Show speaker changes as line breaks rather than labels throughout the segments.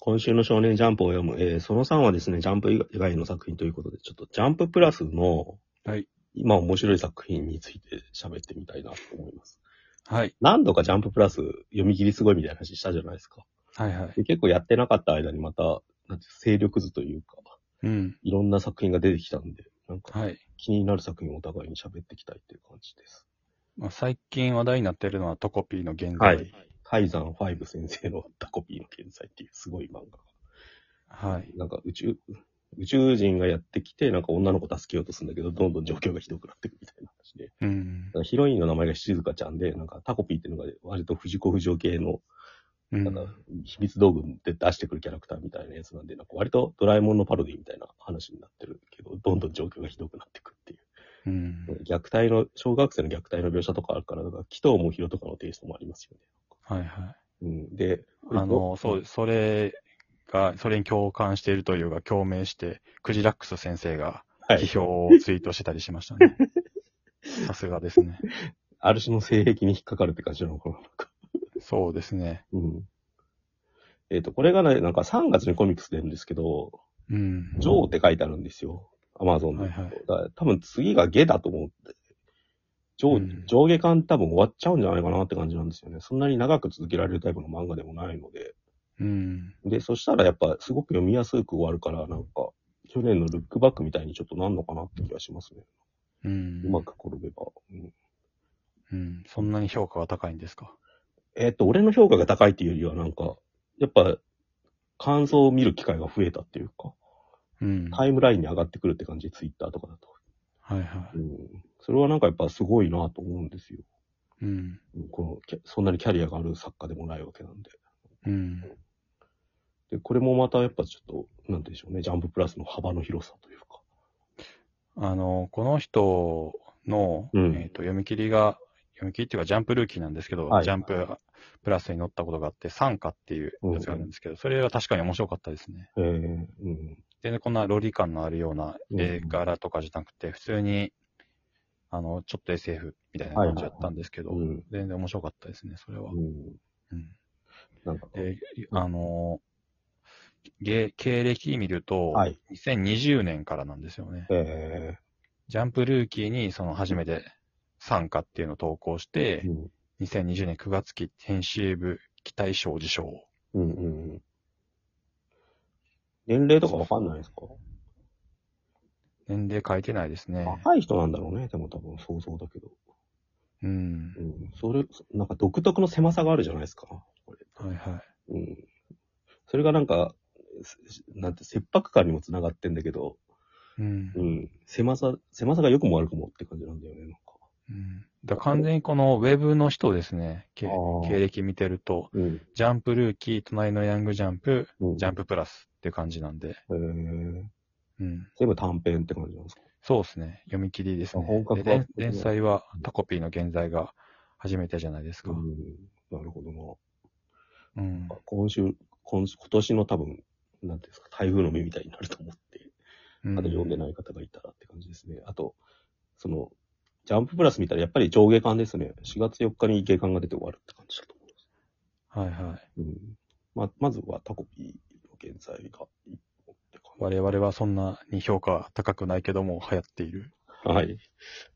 今週の少年ジャンプを読む、えーその3はですね、ジャンプ以外の作品ということで、ちょっとジャンププラスの、
はい。
今面白い作品について喋ってみたいなと思います。
はい。
何度かジャンププラス読み切りすごいみたいな話したじゃないですか。
はいはい。
で結構やってなかった間にまた、なんて勢力図というか、
うん。
いろんな作品が出てきたんで、なんか
はい。
気になる作品をお互いに喋っていきたいっていう感じです。
まあ、最近話題になってるのはトコピーの現在。
はい。カイザン5先生のタコピーの健在っていうすごい漫画。
はい。
なんか宇宙、宇宙人がやってきて、なんか女の子助けようとするんだけど、どんどん状況がひどくなっていくみたいな話で。
うん。
なんかヒロインの名前が静香ちゃんで、なんかタコピーっていうのが割と藤子不二雄系の、
う
なん
ん。
か秘密道具で出してくるキャラクターみたいなやつなんで、なんか割とドラえもんのパロディみたいな話になってるけど、どんどん状況がひどくなっていくっていう。
うん。
虐待の、小学生の虐待の描写とかあるから、なんか紀藤もひろとかのテイストもありますよ
はいはい。
ね。うん。で、
あの、そう、それが、それに共感しているというか、共鳴して、クジラックス先生が
は
批
い。
評をツイートしてたりしまし たね。さすがですね。
ある種の性癖に引っかかるって感じなのかな。
そうですね。
うん。えっ、と、これがね、なんか3月にコミックス出るんですけど、
うん。
ジョーって書いてあるんですよ。アマゾンで。
はいはい
だから多分次が下だと思って。上
うん
上下巻多分終わっちゃうんじゃないかなって感じなんですよね。そんなに長く続けられるタイプの漫画でもないので。
うん。
で、そしたらやっぱすごく読みやすく終わるから、なんか、去年のルックバックみたいにちょっとなんのかなって気がしますね。
うん。
うまく転べば。うん
うん。そんなに評価が高いんですか。
えっ、と、俺の評価が高いっていうよりはなんか、やっぱ、感想を見る機会が増えたっていうか。
うん。
タイムラインに上がってくるって感じ、ツイッターとかだと。
はいは
うん。それはなんかやっぱすごいなと思うんですよ。
い。うん。
うんこのキャ、そんなにキャリアがある作家でもないわけなんで。
うん。
で、これもまたやっぱちょっと、なんて言うんでしょうね、ジャンププラスの幅の広さというか。
あの、この人の、
うん
えっと読み切りが、読み切りっていうかジャンプルーキーなんですけど、
はい
ジャンププラスに載ったことがあって、参加っていうやつがあるんですけど、それは確かに面白かったですね。
ええうん。
全然こんなロリ感のあるような
うん
絵柄とかじゃなくて、普通に、あの、ちょっと SF みたいな感じだったんですけど、
うん。
全然面白かったですね、それは。
うん。
うん
なんか、
で、あの、げ経歴見ると、
はい。
2020年からなんですよね。
え
ジャンプルーキーにその初めて参加っていうのを投稿し
え
て
う、ん。
2020年9月期編集部期待賞受賞。
うんうんうん。年齢とかわかんないですか
年齢書いてないですね。
若い人なんだろうね、でも多分想像だけど。
うん
う。ん。それ、なんか独特の狭さがあるじゃないですか。これ
はいはい。
うん。それがなんか、すなんて、切迫感にもつながってんだけど、
うん。
うん。狭さ、狭さが良くも悪くもって感じなんだよね、なんか。
うん、だから完全にこのウェブの人ですね。け
あー
経歴見てると、
うん。
ジャンプルーキー、隣のヤングジャンプ、
うん、
ジャンププラスっていう感じなんで。
えー、
うん。
全部短編って感じなんですか。
そうですね。読み切りです
あ本
ね。
格
で
派
連連載はタコピーの現在が初めてじゃないですか。
うん。なるほどな。
うん。
今週、今今年の多分、なんていうんですか、台風の目みたいになると思って、
うん
まだ読んでない方がいたらって感じですね。あと、その、ジャンププラス見たらやっぱり上下巻ですね。4月4日に下巻が出て終わるって感じだと思います。
はいはい。
うん。ま、まずはタコピーの現在が一本って感
我々はそんなに評価高くないけども流行っている。
じ。はい。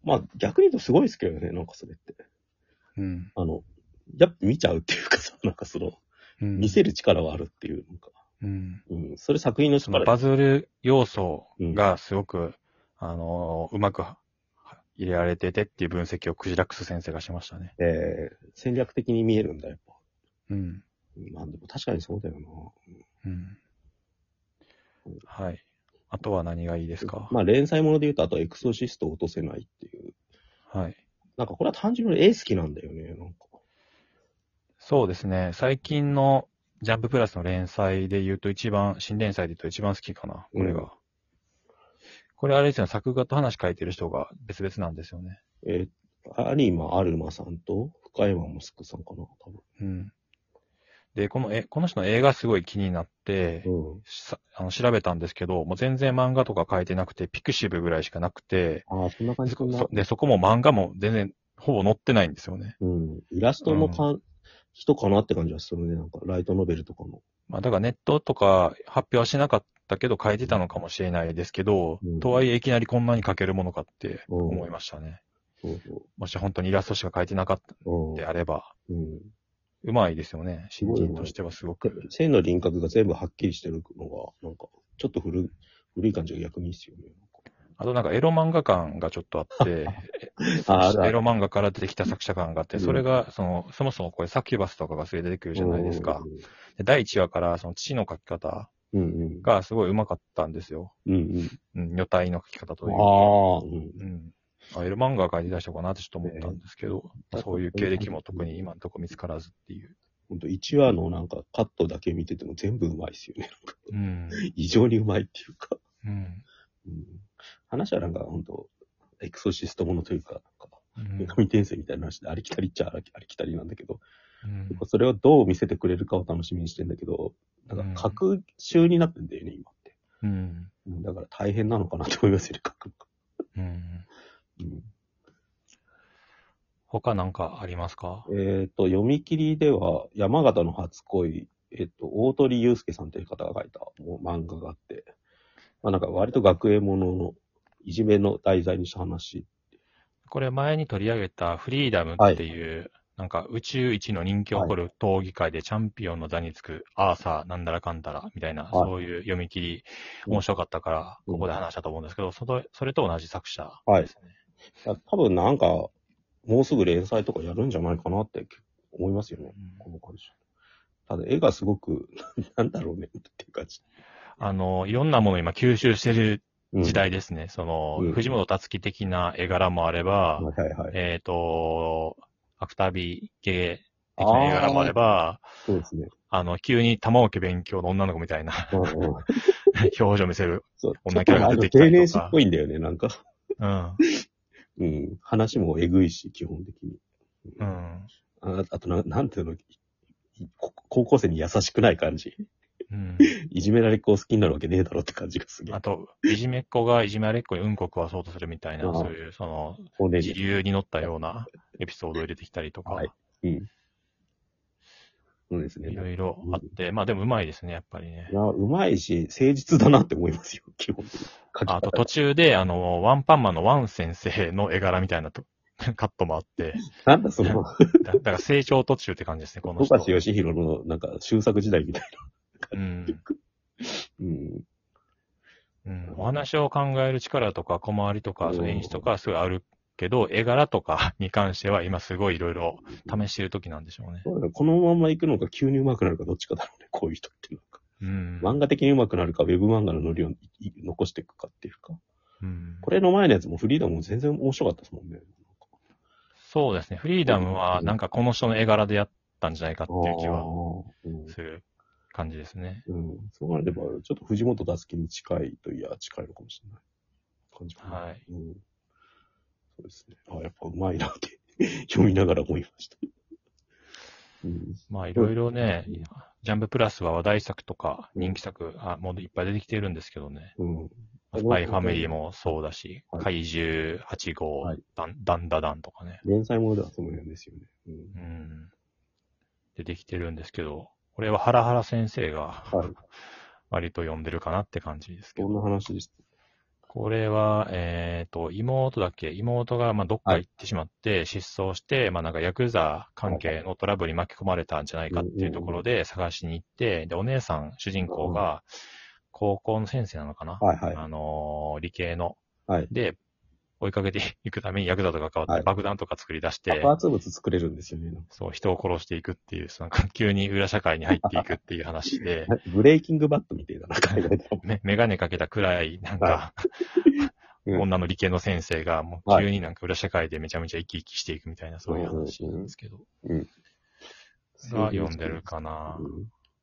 まあ、逆に言うとすごいですけどね、なんかそれって。
うん。
あの、やっぱ見ちゃうっていうかさ、 なんかその、
うん、
見せる力はあるっていう、なんか、
うん。
うん、それ作品の
その
力
バズる要素がすごく、あのーうまくは入れられててっていう分析をクジラックス先生がしましたね。
えー、戦略的に見えるんだ、やっぱ。
うん。
うんまあ、でも確かにそうだよな。
うん。はい。あとは何がいいですか、
まあ、連載もので言うと、あとはエクソシストを落とせないっていう。
はい。
なんかこれは単純に絵好きなんだよね、なんか。
そうですね。最近のジャンププラスの連載で言うと一番、新連載で言うと一番好きかな。これが。
うん
これあれですよね。作画と話書いてる人が別々なんですよね。
えー、有馬アルマさんと深山もすくさんかな、多
うん。で、この絵、この人の映画すごい気になって、
分。うん。
さあの調べたんですけど、もう全然漫画とか書いてなくて、ピクシブぐらいしかなくて、
ああ、そんな感じか
そ
な。
そで、そこも漫画も全然ほぼ載ってないんですよね。
うん。イラストのかん、人かなって感じはするね。なんか、ライトノベルとかの。
まあ、だからネットとか発表はしなかったけど書いてたのかもしれないですけど、
うん
とはいえいきなりこんなに書けるものかって思いましたね。
そうそ
もし本当にイラストしか書いてなかった
う。うん
のであれば、
うん。
うまいですよね。新人としてはすごく。
線の輪郭が全部はっきりしてるのが、なんか、ちょっと古い、古い感じが逆にいいっすよね。
あとなんかエロ漫画感がちょっとあって、
ああ
エロ漫画から出てきた作者感があって、それが、その、そもそもこれサキュバスとかがすげえ出てくるじゃないですか。。で第1話からその父の書き方
うんうん。
がすごい上手かったんですよ。
うんうん。
うん、女体の書き方というか。
ああ、うん。
うん。あエロ漫画が出だしたかなってちょっと思ったんですけど、
ええ
そういう経歴も特に今のとこ見つからずっていう。
ほんと、1話のなんかカットだけ見てても全部うまいっすよね。
うん。
異常にうまいっていうか。
うん。
うん話はなんか、本当エクソシストものというか、
う
女
ん
神転生みたいな話でありきたりっちゃありきたりなんだけど、
うん
それをどう見せてくれるかを楽しみにしてんだけど、なんか、隔週になってんだよね、今って。
うん。
うんだから大変なのかなと思いますよ、 書く
うん。
の
他なんかあります
が
か
うんえっ、と、読み切りでは、山形の初恋、えっ、と、大鳥祐介さんという方が書いたもう漫画があって、まあなんか割と学園もののいじめの題材にした話。
これ前に取り上げたフリーダムっていう、なんか宇宙一の人気を誇る闘技会でチャンピオンの座につくアーサーなんだらかんだらみたいな、
い
そういう読み切り
うん
面白かったから、
うん
ここで話したと思うんですけど、そのそれと同じ作者
はい
ですね。
だ多分なんか、もうすぐ連載とかやるんじゃないかなって思いますよね。この感じ。ただ絵がすごく、 なんだろうねっていう感じ。
あの、いろんなものを今吸収してる
うん
時。代ですね。その、
うん
藤本達樹的な絵柄もあれば、
はいはいはい。
えっ、と、アクタビ系的な絵柄もあれば、
そうですね。
あの、急に玉置勉強の女の子みたいな
うんうん。
表情見せる。
そう。
女キャラが出てきた
丁
りとか
寧しっぽいんだよね、なんか。
うん。
うん。話もえぐいし、基本的に。
うん。
ああとな、なんていうの、いいこ高校生に優しくない感じ。
うん。
いじめられっ子を好きになるわけねえだろって感じがすげえ
あ。と、いじめっ子がいじめられっ子にうんこ食わそうとするみたいな、
うん
そういう、その、
そうね
自流に乗ったようなエピソードを入れてきたりとか、
はいい、うん。そうですね。
ろいろあって、まあでもうまいですね、やっぱりね
い。や、うまいし、誠実だなって思いますよ、基本的に。書き
あと
方
途中で、あの、ワンパンマンのワン先生の絵柄みたいなと カットもあって、
なんだその、
だだから成長途中って感じですね、この
富
人。
樫義弘の、なんか、終作時代みたい
うん。
な。うん。
うん。お話を考える力とか、小回りと
う
か、
ん
その演出とかはすごいあるけど、絵柄とかに関しては今すごいいろいろ試してる時なんでしょうね。
そうだねこのまま行くのか急に上手くなるかどっちかだろうね、こういう人ってなんか。
うん。
漫画的に上手くなるか、ウェブ漫画のノリをい残していくかっていうか。
うん
これの前のやつもフリーダムも全然面白かったですもんね。
そうですね。フリーダムはなんかこの人の絵柄でやったんじゃないかっていう気は
うん
する感じですね。
うん。そうなれば、ちょっと藤本達樹に近いといや、近いのかもしれない。感じかな。
はい。
うん。そうですね。あ、やっぱうまいなって、 読みながら思いました。うん。
まあいろいろね
うん、
ジャンププラスは話題作とか人気作、あもういっぱい出てきてるんですけどね。
うん。
スパイファミリーもそうだし、
はい
怪獣8号、
はい
ダンダンダダンとかね、
連載ものではその辺ですよね。うん。
うん、出てきてるんですけど、これはハラハラ先生が
はい。
割と読んでるかなって感じですけ
どん
ど、
な話でし
これは、えっ、と、妹だっけ妹がまあどっか行ってしまって失踪して、まあなんかヤクザ関係のトラブルに巻き込まれたんじゃないかっていうところで探しに行って、で、お姉さん、主人公が高校の先生なのかな、
たはいはい。
あのー理系の
はい。
で、追いかけていくためにヤクザとか関わっ
はい
て爆弾とか作り出して、
爆発物作れるんですよね。なんか、
そう、人を殺していくっていう、そのなんか急に裏社会に入っていくっていう話で
ブレイキングバットみたいだな、海外でも。
め、メガネかけたくらい、なんか、
うん
女の理系の先生が、もう
はい
急になんか裏社会でめちゃめちゃ生き生きしていくみたいな、そういう話なんですけど、が読んでるか
う
な。
ん。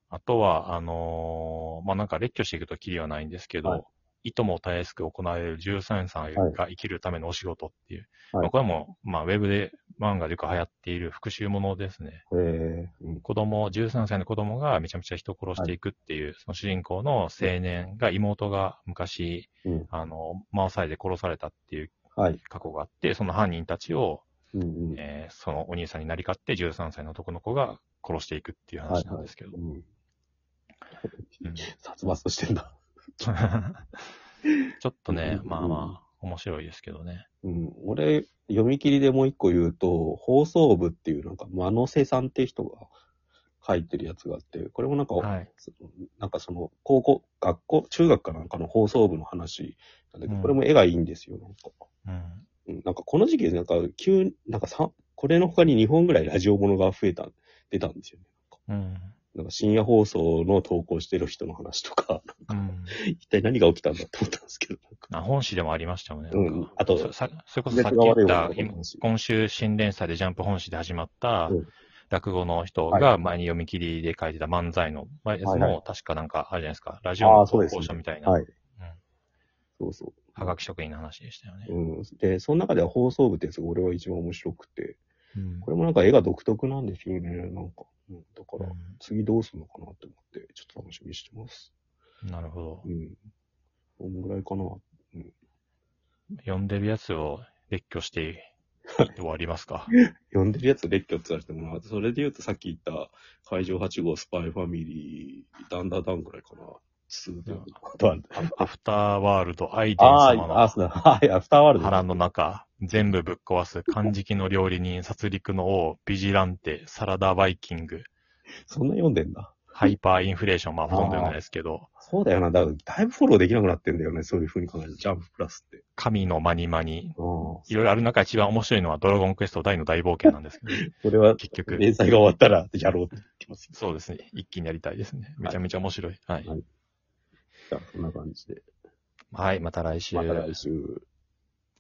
あとは、あのーまあ、なんか列挙していくときりはないんですけど、
はい
いともたやすく行われる13歳が生きるためのお仕事っていう。
はい
まあこれも、まあ、ウェブで漫画でよく流行っている復讐ものですね。
えー、うん。
子供、13歳の子供がめちゃめちゃ人を殺していくっていう、その主人公の青年が妹が昔、
うん
あの、マオサイで殺されたっていう
はい。
過去があって、その犯人たちを、
うんうん。
えーそのお兄さんになりかって13歳の男の子が殺していくっていう話なんですけど。
うん。
うん
殺伐としてんだ。
ちょっとね、
うん
まあまあ、面白いですけどね。
うん、俺、読み切りでもう一個言うと、放送部っていうなんか、マノセさんって人が書いてるやつがあって、これもなんか、
はい。
そのなんかその、高校、学校、中学かなんかの放送部の話なんだけど、
うん
これも絵がいいんですよ、なんか。
うん。
うん、なんかこの時期、なんか急に、なんかさ、これの他に2本ぐらいラジオものが増えた、出たんですよね。
うん。
なんか深夜放送の投稿してる人の話とか、
うん。
一体何が起きたんだと思ったんですけど、なんか。
あ本誌でもありましたよね。
うん
なんか
あと
そさそれこそ
滑
さ
舌
っき
が
言
悪
っ
い女
た
の、子の
今
話
今週新連載でジャンプ本誌で始まった
うん
落語の人
は
が前に読み切りで書いてた漫才のやつ
はいは
も、確かなんかあるじゃないですか。ラジオ
あ
の
ーそうで
投
すね
稿者みたいな、
はい
ん。
そうそう。
はがき職員の話でしたよね。
うん。で、その中では放送部ってやつが俺は一番面白くて、
うん
これもなんか絵が独特なんですよね、なんか。うん、だから、次どうするのかなって思って、ちょっと楽しみにしてます。
うんなるほど
う。ん。こんぐらいかな。
読んでるやつを列挙して終わります か。
読んでるやつ列挙って言われてもな、それで言うとさっき言った、海上8号スパイファミリー、ダンダダンぐらいかな。数
うん
あとは
アフターワールド、アイデン
あ
様
あ、あ、
の
そうだ。はい、アフターワールド。
腹の中、全部ぶっ壊す、漢字記の料理人、殺戮の王、ビジランテ、サラダバイキング、
そんな読んでんだ。
ハイパーインフレーション、まあほとんど読んでないですけど、
そうだよな。だから、だいぶフォローできなくなってんだよね。そういう風に考えると、ジャンププラスって。
神のマニマニ、
ああ。
いろいろある中一番面白いのはドラゴンクエスト大の大冒険なんですけど、
それは、
結局、
連載が終わったら、やろうって言ってます。
そうですね、一気にやりたいですね。めちゃめちゃ面白い。はい。
はいじゃあ、こんな感じで。
はい、また来週。
また来週。